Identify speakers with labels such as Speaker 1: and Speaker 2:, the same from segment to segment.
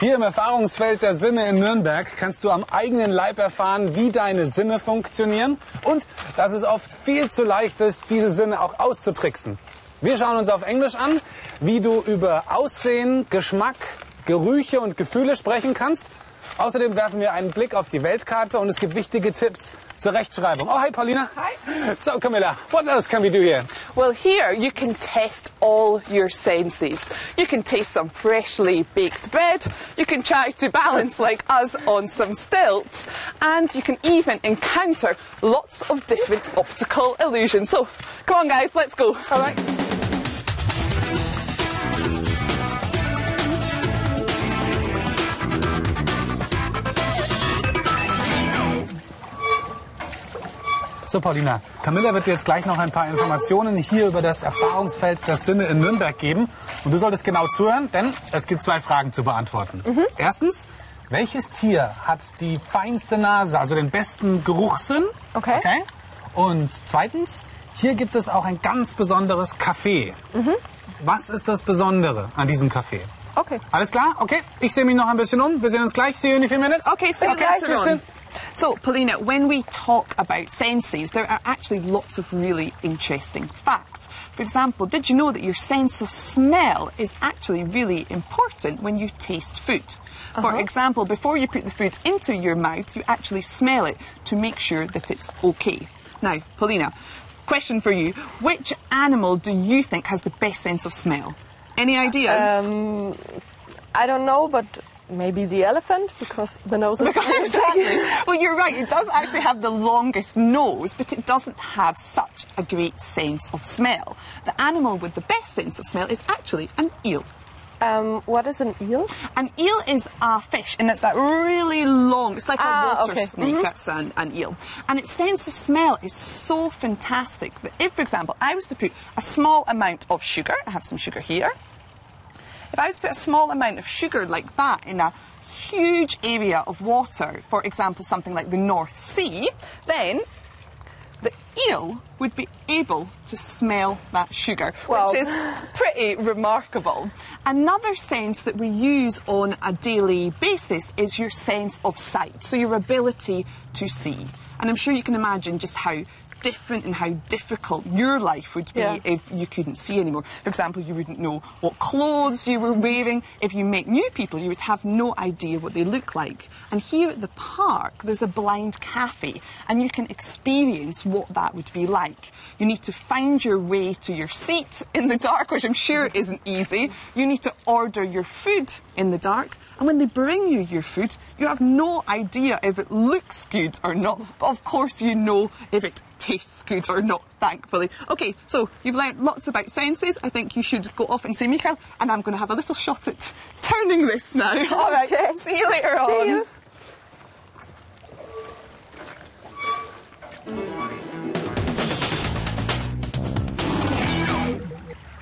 Speaker 1: Hier im Erfahrungsfeld der Sinne in Nürnberg kannst du am eigenen Leib erfahren, wie deine Sinne funktionieren und dass es oft viel zu leicht ist, diese Sinne auch auszutricksen. Wir schauen uns auf Englisch an, wie du über Aussehen, Geschmack, Gerüche und Gefühle sprechen kannst. Außerdem werfen wir einen Blick auf die Weltkarte und es gibt wichtige Tipps zur Rechtschreibung. Oh, hi Paulina. Hi. So, Camilla, what else can we do here?
Speaker 2: Well, here you can test all your senses. You can taste some freshly baked bread, you can try to balance like us on some stilts, and you can even encounter lots of different optical illusions. So, come on, guys, let's go.
Speaker 1: All right. So, Paulina, Camilla wird dir jetzt gleich noch ein paar Informationen hier über das Erfahrungsfeld der Sinne in Nürnberg geben. Und du solltest genau zuhören, denn es gibt zwei Fragen zu beantworten.
Speaker 2: Mhm.
Speaker 1: Erstens, welches Tier hat die feinste Nase, also den besten Geruchssinn?
Speaker 2: Okay.
Speaker 1: Und zweitens, hier gibt es auch ein ganz besonderes Café.
Speaker 2: Mhm.
Speaker 1: Was ist das Besondere an diesem Café?
Speaker 2: Okay.
Speaker 1: Alles klar? Okay, ich sehe mich noch ein bisschen um. Wir sehen uns gleich. See you in a few minutes.
Speaker 2: Okay, see you later
Speaker 1: wir
Speaker 2: on.
Speaker 1: sind-
Speaker 2: So, Paulina, when we talk about senses, there are actually lots of really interesting facts. For example, did you know that your sense of smell is actually really important when you taste food? For example, before you put the food into your mouth, you actually smell it to make sure that it's okay. Now, Paulina, question for you. Which animal do you think has the best sense of smell? Any ideas?
Speaker 3: Um, I don't know, but maybe the elephant because the nose is
Speaker 2: exactly. Well, you're right. It does actually have the longest nose, but it doesn't have such a great sense of smell. The animal with the best sense of smell is actually an eel.
Speaker 3: Um, what is an eel?
Speaker 2: An eel is a fish, and it's that really long. It's like a
Speaker 3: Ah,
Speaker 2: water
Speaker 3: okay.
Speaker 2: snake. That's an, an eel, and its sense of smell is so fantastic that if, for example, I was to put a small amount of sugar, I have some sugar here. If I was to put a small amount of sugar like that in a huge area of water, for example, something like the North Sea, then the eel would be able to smell that sugar,
Speaker 3: Wow.
Speaker 2: which is pretty remarkable. Another sense that we use on a daily basis is your sense of sight, so your ability to see. And I'm sure you can imagine just how different and how difficult your life would be
Speaker 3: Yeah.
Speaker 2: if you couldn't see anymore. For example, you wouldn't know what clothes you were wearing. If you met new people, you would have no idea what they look like. And here at the park, there's a blind cafe, and you can experience what that would be like. You need to find your way to your seat in the dark, which I'm sure isn't easy. You need to order your food in the dark. And when they bring you your food, you have no idea if it looks good or not. But of course, you know if it tastes good or not, thankfully. Okay, so you've learnt lots about senses. I think you should go off and see Mikael, and I'm going to have a little shot at turning this now. All right,
Speaker 3: Okay.
Speaker 2: see you later on.
Speaker 3: you.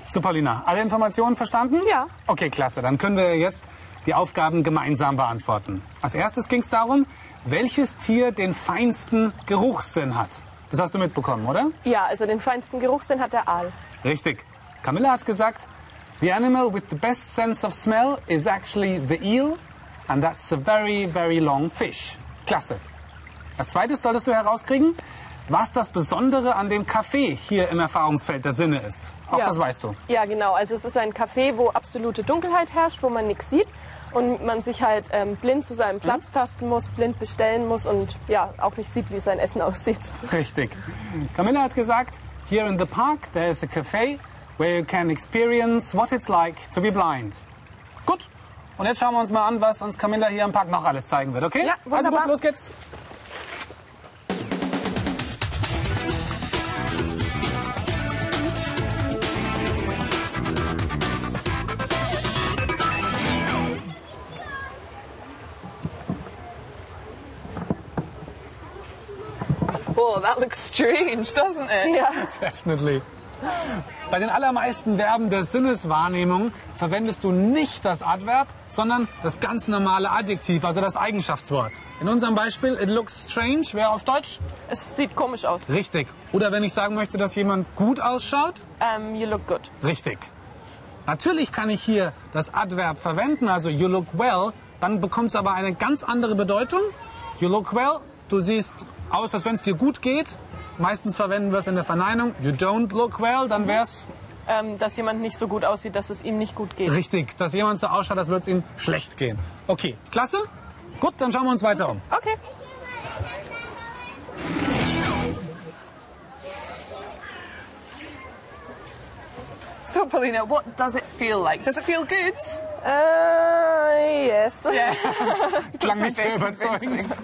Speaker 1: So, Paulina, alle Informationen verstanden?
Speaker 3: Ja.
Speaker 1: Okay, klasse. Dann können wir jetzt die Aufgaben gemeinsam beantworten. Als erstes ging es darum, welches Tier den feinsten Geruchssinn hat. Das hast du mitbekommen, oder?
Speaker 3: Ja, also den feinsten Geruchssinn hat der Aal.
Speaker 1: Richtig. Camilla hat gesagt, the animal with the best sense of smell is actually the eel and that's a very, very long fish. Klasse. Als zweites solltest du herauskriegen, was das Besondere an dem Café hier im Erfahrungsfeld der Sinne ist. Auch
Speaker 3: ja.
Speaker 1: das weißt du.
Speaker 3: Ja, genau. Also es ist ein Café, wo absolute Dunkelheit herrscht, wo man nichts sieht und man sich halt ähm, blind zu seinem Platz tasten muss, blind bestellen muss und ja, auch nicht sieht, wie sein Essen aussieht.
Speaker 1: Richtig. Camilla hat gesagt, here in the park there is a cafe where you can experience what it's like to be blind. Gut. Und jetzt schauen wir uns mal an, was uns Camilla hier im Park noch alles zeigen wird, okay?
Speaker 3: Ja,
Speaker 1: also gut,
Speaker 3: wunderbar.
Speaker 1: los geht's.
Speaker 2: Whoa, Oh, that looks strange, doesn't it?
Speaker 3: Ja.
Speaker 1: Definitely. Bei den allermeisten Verben der Sinneswahrnehmung verwendest du nicht das Adverb, sondern das ganz normale Adjektiv, also das Eigenschaftswort. In unserem Beispiel, it looks strange, wäre auf Deutsch
Speaker 3: Es sieht komisch aus.
Speaker 1: richtig. Oder wenn ich sagen möchte, dass jemand gut ausschaut,
Speaker 3: Ähm, you look good.
Speaker 1: richtig. Natürlich kann ich hier das Adverb verwenden, also you look well, Dann bekommt es aber eine ganz andere Bedeutung. You look well, du siehst aus, als wenn es dir gut geht. Meistens verwenden wir es in der Verneinung. You don't look well, dann wäre es
Speaker 3: ähm, dass jemand nicht so gut aussieht, dass es ihm nicht gut geht.
Speaker 1: richtig, dass jemand so ausschaut, als würde es ihm schlecht gehen. Okay, klasse. Gut, dann schauen wir uns weiter um.
Speaker 3: Okay.
Speaker 2: So, Paulina, what does it feel like? Does it feel good? Uh,
Speaker 3: Äh, yes.
Speaker 1: Klang
Speaker 2: Das
Speaker 1: nicht
Speaker 2: ist
Speaker 1: sehr
Speaker 2: sehr
Speaker 1: überzeugend.
Speaker 2: convincing.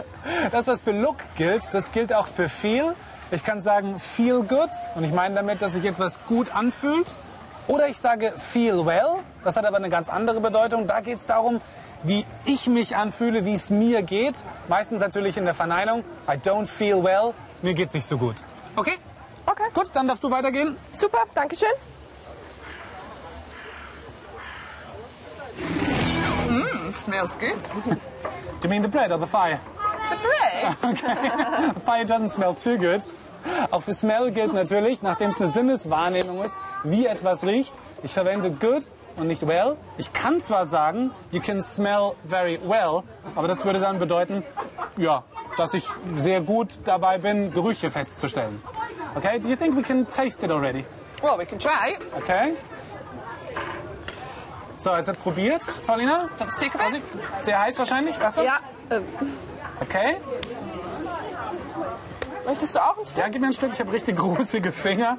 Speaker 1: Das, was für Look gilt, das gilt auch für Feel. Ich kann sagen Feel Good und ich meine damit, dass sich etwas gut anfühlt. Oder ich sage Feel Well, das hat aber eine ganz andere Bedeutung. Da geht es darum, wie ich mich anfühle, wie es mir geht. Meistens natürlich in der Verneinung. I don't feel well. Mir geht's nicht so gut. Okay?
Speaker 3: Okay.
Speaker 1: Gut, dann darfst du weitergehen.
Speaker 3: Super, Dankeschön.
Speaker 2: It smells good.
Speaker 1: Do you mean the bread or the fire?
Speaker 2: The bread.
Speaker 1: Fire doesn't smell too good. Auch für Smell gilt natürlich, nachdem es eine Sinneswahrnehmung ist, wie etwas riecht. Ich verwende good und nicht well. Ich kann zwar sagen, you can smell very well, aber das würde dann bedeuten, ja, dass ich sehr gut dabei bin, Gerüche festzustellen. Okay, do you think we can taste it already?
Speaker 2: Well, we can try it.
Speaker 1: Okay? So, jetzt hat probiert, Paulina.
Speaker 2: Let's take a bite.
Speaker 1: Sehr heiß wahrscheinlich, Achtung.
Speaker 3: Ja. Äh,
Speaker 1: Okay.
Speaker 3: möchtest du auch ein Stück?
Speaker 1: Ja, gib mir ein Stück, ich habe richtig gruselige Finger.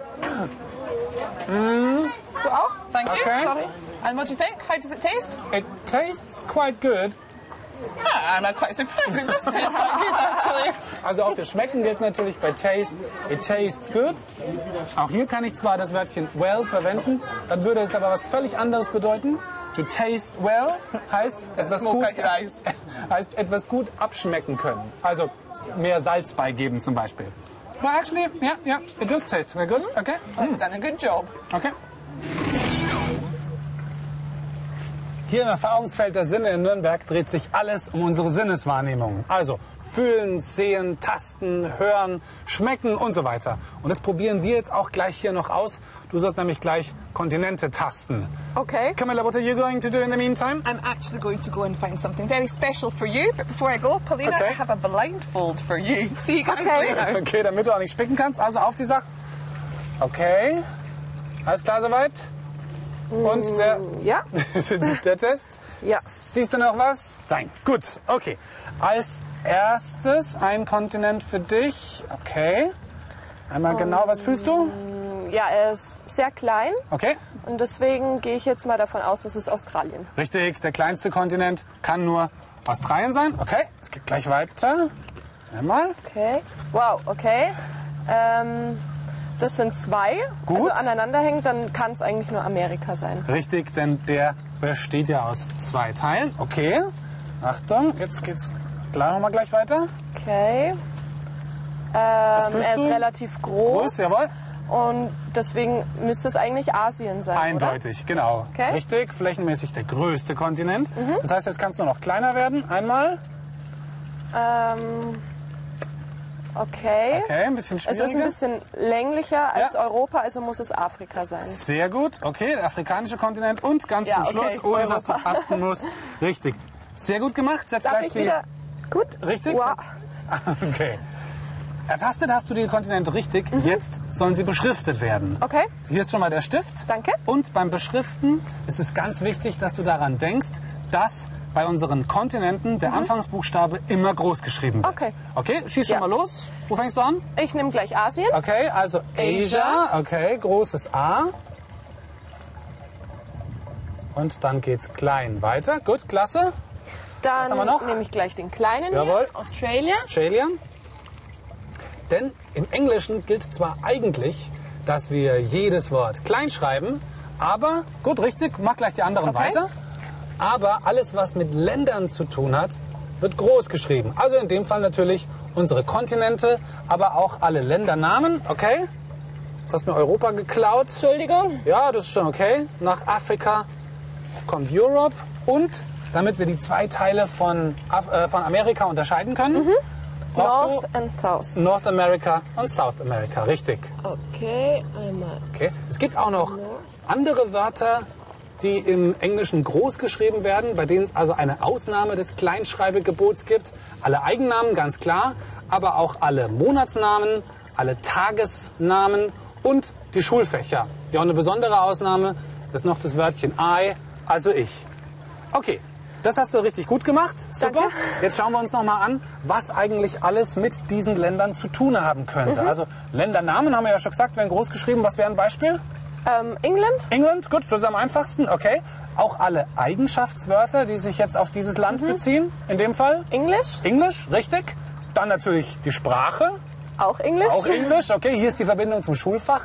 Speaker 3: Du auch?
Speaker 2: Thank you.
Speaker 1: Okay.
Speaker 3: Sorry.
Speaker 2: And what do you think? How does it taste?
Speaker 1: It tastes quite good.
Speaker 2: Ah, I'm uh, quite surprised. It does taste quite good, actually.
Speaker 1: Also auch für Schmecken gilt natürlich bei Taste, it tastes good. Auch hier kann ich zwar das Wörtchen well verwenden, dann würde es aber was völlig anderes bedeuten. To taste well heißt etwas
Speaker 2: Smoke
Speaker 1: gut,
Speaker 2: out your eyes.
Speaker 1: heißt etwas gut abschmecken können. Also mehr Salz beigeben zum Beispiel. Well, actually, yeah, yeah, it does taste very good. Okay,
Speaker 2: I've done a good job.
Speaker 1: okay. Hier im Erfahrungsfeld der Sinne in Nürnberg dreht sich alles um unsere Sinneswahrnehmungen. Also fühlen, sehen, tasten, hören, schmecken und so weiter. Und das probieren wir jetzt auch gleich hier noch aus. Du sollst nämlich gleich Kontinente tasten.
Speaker 3: Okay.
Speaker 1: Camilla, what are you going to do in the meantime?
Speaker 2: I'm actually going to go and find something very special for you. But before I go, Paulina,
Speaker 1: Okay.
Speaker 2: I have a blindfold for you. See you guys
Speaker 3: Okay.
Speaker 2: later.
Speaker 1: Okay, damit du auch nicht spicken kannst. Also auf die Sache. Okay. Alles klar soweit? Und der,
Speaker 3: Ja.
Speaker 1: der Test?
Speaker 3: Ja.
Speaker 1: Siehst du noch was? Nein. Gut, okay. Als erstes ein Kontinent für dich. Okay.
Speaker 3: Oh.
Speaker 1: Einmal genau, was fühlst du?
Speaker 3: Ja, er ist sehr klein
Speaker 1: Okay.
Speaker 3: und deswegen gehe ich jetzt mal davon aus, dass es Australien.
Speaker 1: Richtig, der kleinste Kontinent kann nur Australien sein. Okay, es geht gleich weiter. Einmal.
Speaker 3: Okay. Wow, okay. Ähm, das sind zwei.
Speaker 1: Gut.
Speaker 3: Also aneinanderhängend, dann kann es eigentlich nur Amerika sein.
Speaker 1: Richtig, denn der besteht ja aus zwei Teilen. Okay. Achtung, jetzt geht's gleich nochmal gleich weiter.
Speaker 3: Okay. Ähm, er
Speaker 1: fühlst
Speaker 3: ist
Speaker 1: du?
Speaker 3: relativ groß.
Speaker 1: Groß, jawohl.
Speaker 3: Und deswegen müsste es eigentlich Asien sein.
Speaker 1: Eindeutig, genau.
Speaker 3: Okay. Mhm.
Speaker 1: Richtig, flächenmäßig der größte Kontinent. Das heißt, jetzt kannst du noch kleiner werden. Einmal.
Speaker 3: Oder? Ähm, okay.
Speaker 1: Okay, ein bisschen
Speaker 3: Es ist ein
Speaker 1: schwieriger.
Speaker 3: bisschen länglicher als
Speaker 1: Ja.
Speaker 3: Europa, also muss es Afrika sein.
Speaker 1: Sehr gut, okay, der afrikanische Kontinent und ganz zum
Speaker 3: Ja, okay,
Speaker 1: Schluss, ohne dass du
Speaker 3: Europa.
Speaker 1: tasten musst. Richtig. Sehr gut gemacht. Setz
Speaker 3: Darf
Speaker 1: gleich
Speaker 3: ich
Speaker 1: die.
Speaker 3: wieder? Gut.
Speaker 1: Richtig?
Speaker 3: Wow.
Speaker 1: Okay. Ertastet hast du die Kontinente richtig.
Speaker 3: Mhm.
Speaker 1: Jetzt sollen sie beschriftet werden.
Speaker 3: Okay.
Speaker 1: Hier ist schon mal der Stift.
Speaker 3: Danke.
Speaker 1: Und beim Beschriften ist es ganz wichtig, dass du daran denkst, dass bei unseren Kontinenten der Anfangsbuchstabe immer groß geschrieben wird.
Speaker 3: Mhm. Okay.
Speaker 1: Okay, schieß
Speaker 3: Ja.
Speaker 1: schon mal los. Wo fängst du an?
Speaker 3: Ich nehme gleich Asien.
Speaker 1: Okay, also Asia. Okay, großes A. Und dann geht's klein weiter. Gut, klasse.
Speaker 3: Dann
Speaker 1: haben wir noch?
Speaker 3: nehme ich gleich den kleinen
Speaker 1: Jawohl.
Speaker 3: hier, Australien.
Speaker 1: Australia. Denn im Englischen gilt zwar eigentlich, dass wir jedes Wort klein schreiben, aber gut, richtig, mach gleich die anderen
Speaker 3: Okay.
Speaker 1: weiter. Aber alles, was mit Ländern zu tun hat, wird groß geschrieben. Also in dem Fall natürlich unsere Kontinente, aber auch alle Ländernamen, okay? Das hast mir Europa geklaut.
Speaker 3: Entschuldigung.
Speaker 1: Ja, das ist schon okay. Nach Afrika kommt Europe und damit wir die zwei Teile von, Af äh, von Amerika unterscheiden können, brauchst
Speaker 3: North and South.
Speaker 1: du North America und South America, richtig.
Speaker 3: Okay, einmal.
Speaker 1: Okay. Es gibt auch noch andere Wörter die im Englischen groß geschrieben werden, bei denen es also eine Ausnahme des Kleinschreibegebots gibt. Alle Eigennamen, ganz klar, aber auch alle Monatsnamen, alle Tagesnamen und die Schulfächer. Ja, und eine besondere Ausnahme ist noch das Wörtchen I, also ich. Okay, das hast du richtig gut gemacht. Super.
Speaker 3: Danke.
Speaker 1: Jetzt schauen wir uns nochmal an, was eigentlich alles mit diesen Ländern zu tun haben könnte. Also Ländernamen haben wir ja schon gesagt, werden groß geschrieben. Was wäre ein Beispiel?
Speaker 3: Ähm, England,
Speaker 1: England, gut, das ist am einfachsten, okay. Auch alle Eigenschaftswörter, die sich jetzt auf dieses Land beziehen, in dem Fall
Speaker 3: Englisch,
Speaker 1: Englisch, richtig. Dann natürlich die Sprache,
Speaker 3: auch Englisch.
Speaker 1: auch Englisch, okay. Hier ist die Verbindung zum Schulfach.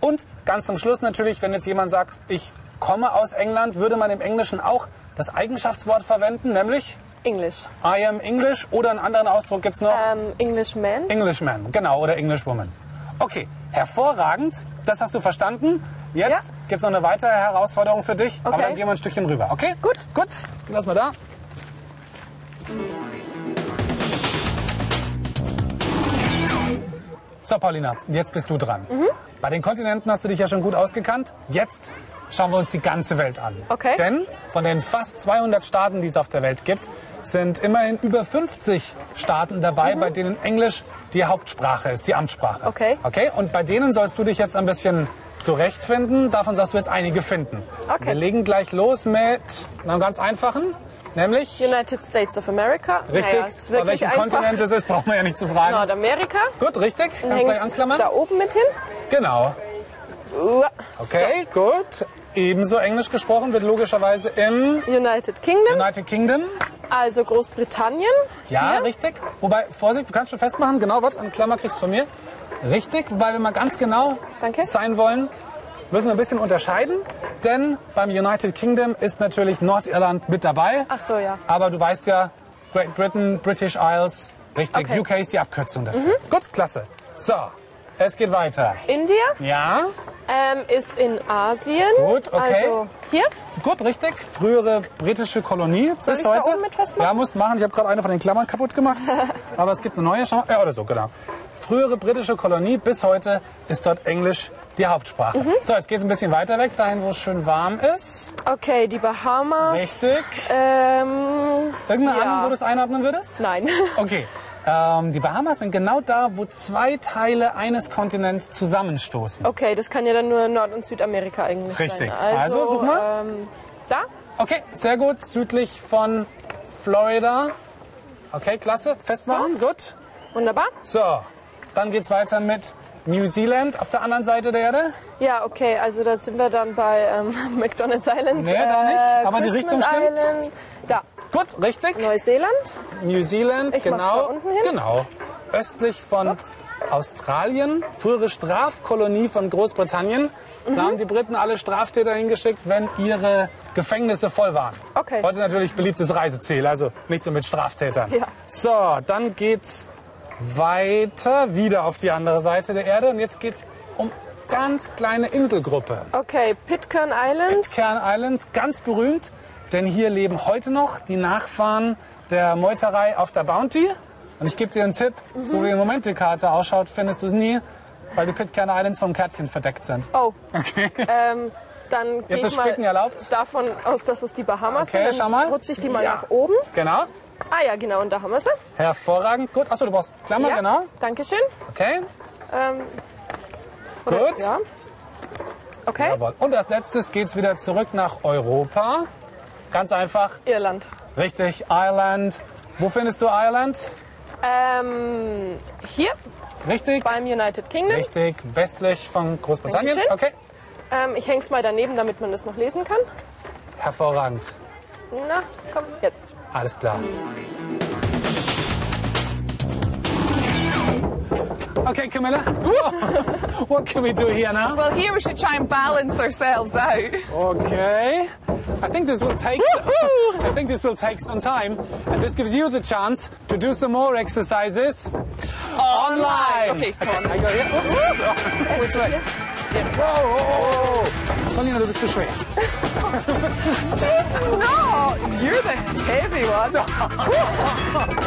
Speaker 1: Und ganz zum Schluss natürlich, wenn jetzt jemand sagt, ich komme aus England, würde man im Englischen auch das Eigenschaftswort verwenden, nämlich
Speaker 3: Englisch.
Speaker 1: I am English oder einen anderen Ausdruck gibt's noch.
Speaker 3: Ähm, Englishman.
Speaker 1: Englishman, genau, oder Englishwoman. Okay, hervorragend, das hast du verstanden. Jetzt
Speaker 3: Ja.
Speaker 1: gibt's noch eine weitere Herausforderung für dich, aber
Speaker 3: Okay.
Speaker 1: dann gehen wir ein Stückchen rüber, okay?
Speaker 3: Gut.
Speaker 1: Gut, lass mal da. So, Paulina, jetzt bist du dran.
Speaker 3: Mhm.
Speaker 1: Bei den Kontinenten hast du dich ja schon gut ausgekannt. Jetzt schauen wir uns die ganze Welt an.
Speaker 3: Okay.
Speaker 1: Denn von den fast 200 Staaten, die es auf der Welt gibt, sind immerhin über 50 Staaten dabei, bei denen Englisch die Hauptsprache ist, die Amtssprache.
Speaker 3: Mhm. Okay.
Speaker 1: Okay, und bei denen sollst du dich jetzt ein bisschen zurechtfinden. Davon sollst du jetzt einige finden.
Speaker 3: Okay.
Speaker 1: Wir legen gleich los mit einem ganz einfachen, nämlich...
Speaker 3: United States of America.
Speaker 1: Richtig,
Speaker 3: Naja, Genau. ist wirklich
Speaker 1: auf welchem
Speaker 3: einfach.
Speaker 1: Kontinent es ist, brauchen wir ja nicht zu fragen.
Speaker 3: Nordamerika.
Speaker 1: Gut, richtig. Kannst du gleich
Speaker 3: Hängst
Speaker 1: anklammern.
Speaker 3: da oben mit hin.
Speaker 1: Genau.
Speaker 3: Uah.
Speaker 1: Okay, gut. Ebenso Englisch gesprochen wird logischerweise im
Speaker 3: So, United Kingdom,
Speaker 1: United Kingdom.
Speaker 3: also Großbritannien.
Speaker 1: Ja,
Speaker 3: Hier.
Speaker 1: richtig. Wobei, Vorsicht, du kannst schon festmachen. Genau, was? Eine Klammer kriegst du von mir. Richtig. Wobei wir mal ganz genau
Speaker 3: Danke.
Speaker 1: sein wollen, müssen wir ein bisschen unterscheiden. Denn beim United Kingdom ist natürlich Nordirland mit dabei.
Speaker 3: Ach so, ja.
Speaker 1: Aber du weißt ja, Great Britain, British Isles. Richtig,
Speaker 3: Okay. Mhm.
Speaker 1: UK ist die Abkürzung dafür. Gut, klasse. So, es geht weiter.
Speaker 3: India
Speaker 1: Ja,
Speaker 3: ähm, ist in Asien.
Speaker 1: Gut, okay.
Speaker 3: Also hier.
Speaker 1: Gut, richtig. Frühere britische Kolonie bis
Speaker 3: ich da
Speaker 1: heute.
Speaker 3: oben mit festmachen?
Speaker 1: ja, muss machen. Ich habe gerade eine von den Klammern kaputt gemacht. Aber es gibt eine neue. Schau mal. Ja, oder so, genau. Frühere britische Kolonie bis heute ist dort Englisch die Hauptsprache.
Speaker 3: Mhm.
Speaker 1: So, jetzt geht es ein bisschen weiter weg, dahin, wo es schön warm ist.
Speaker 3: Okay, die Bahamas.
Speaker 1: Richtig.
Speaker 3: Ähm,
Speaker 1: Irgendeine
Speaker 3: ja.
Speaker 1: Ahnung, wo du es einordnen würdest?
Speaker 3: Nein.
Speaker 1: Okay. Ähm, die Bahamas sind genau da, wo zwei Teile eines Kontinents zusammenstoßen.
Speaker 3: Okay, das kann ja dann nur Nord- und Südamerika eigentlich
Speaker 1: Richtig.
Speaker 3: sein.
Speaker 1: Also, such mal.
Speaker 3: Ähm, da?
Speaker 1: Okay, sehr gut. Südlich von Florida. Okay, klasse. Festmachen, gut.
Speaker 3: äh, Wunderbar.
Speaker 1: So, dann geht's weiter mit New Zealand auf der anderen Seite der Erde.
Speaker 3: Ja, okay, also da sind wir dann bei ähm, McDonald's Islands. Äh,
Speaker 1: Nee, da nicht, aber die
Speaker 3: Christmas
Speaker 1: Richtung stimmt.
Speaker 3: Island. Da,
Speaker 1: Gut, richtig.
Speaker 3: Neuseeland.
Speaker 1: New Zealand,
Speaker 3: Ich mach's
Speaker 1: genau.
Speaker 3: da unten hin.
Speaker 1: Genau. Östlich von Australien, frühere Strafkolonie von Großbritannien. Da
Speaker 3: Mhm.
Speaker 1: haben die Briten alle Straftäter hingeschickt, wenn ihre Gefängnisse voll waren.
Speaker 3: Okay.
Speaker 1: Heute natürlich beliebtes Reiseziel, also nichts mehr mit Straftätern.
Speaker 3: Ja.
Speaker 1: So, dann geht's weiter wieder auf die andere Seite der Erde und jetzt geht's um ganz kleine Inselgruppe.
Speaker 3: Okay, Pitcairn Island.
Speaker 1: Pitcairn Islands, ganz berühmt, denn hier leben heute noch die Nachfahren der Meuterei auf der Bounty. Und ich gebe dir einen Tipp, so
Speaker 3: Mhm.
Speaker 1: wie im Moment die Karte ausschaut, findest du es nie, weil die Pitcairn Islands vom Kärtchen verdeckt sind.
Speaker 3: Oh. Okay. Ähm, dann gehe
Speaker 1: Jetzt ist
Speaker 3: ich mal
Speaker 1: Spicken erlaubt.
Speaker 3: davon aus, dass es die Bahamas
Speaker 1: Okay,
Speaker 3: sind.
Speaker 1: schau
Speaker 3: Dann
Speaker 1: mal.
Speaker 3: rutsche ich die mal
Speaker 1: Ja.
Speaker 3: nach oben.
Speaker 1: Genau,
Speaker 3: Ah ja, genau, und da haben wir sie.
Speaker 1: hervorragend. Gut, achso, du brauchst Klammer,
Speaker 3: ja,
Speaker 1: genau.
Speaker 3: Dankeschön.
Speaker 1: Okay,
Speaker 3: Ähm, oder-
Speaker 1: gut.
Speaker 3: Ja. Okay,
Speaker 1: Jawohl. Und als letztes geht's wieder zurück nach Europa. Ganz einfach,
Speaker 3: Irland.
Speaker 1: richtig, Ireland. Wo findest du Ireland?
Speaker 3: Ähm, hier
Speaker 1: Richtig,
Speaker 3: beim United Kingdom.
Speaker 1: richtig, westlich von Großbritannien.
Speaker 3: Dankeschön.
Speaker 1: Okay,
Speaker 3: Ähm, ich häng's mal daneben, damit man das noch lesen kann.
Speaker 1: hervorragend.
Speaker 3: Na, komm, jetzt.
Speaker 1: Alles klar. Okay, Camilla. What can we do here now?
Speaker 2: Well, here we should try and balance ourselves out.
Speaker 1: Okay. I think this will take. I think this will take some time, and this gives you the chance to do some more exercises online.
Speaker 2: Okay, come on.
Speaker 1: I go here. Oops. Which way?
Speaker 2: Yeah.
Speaker 1: Oh, oh, oh, oh. Paulina, du bist zu schwer.
Speaker 2: She's not. You're the heavy one.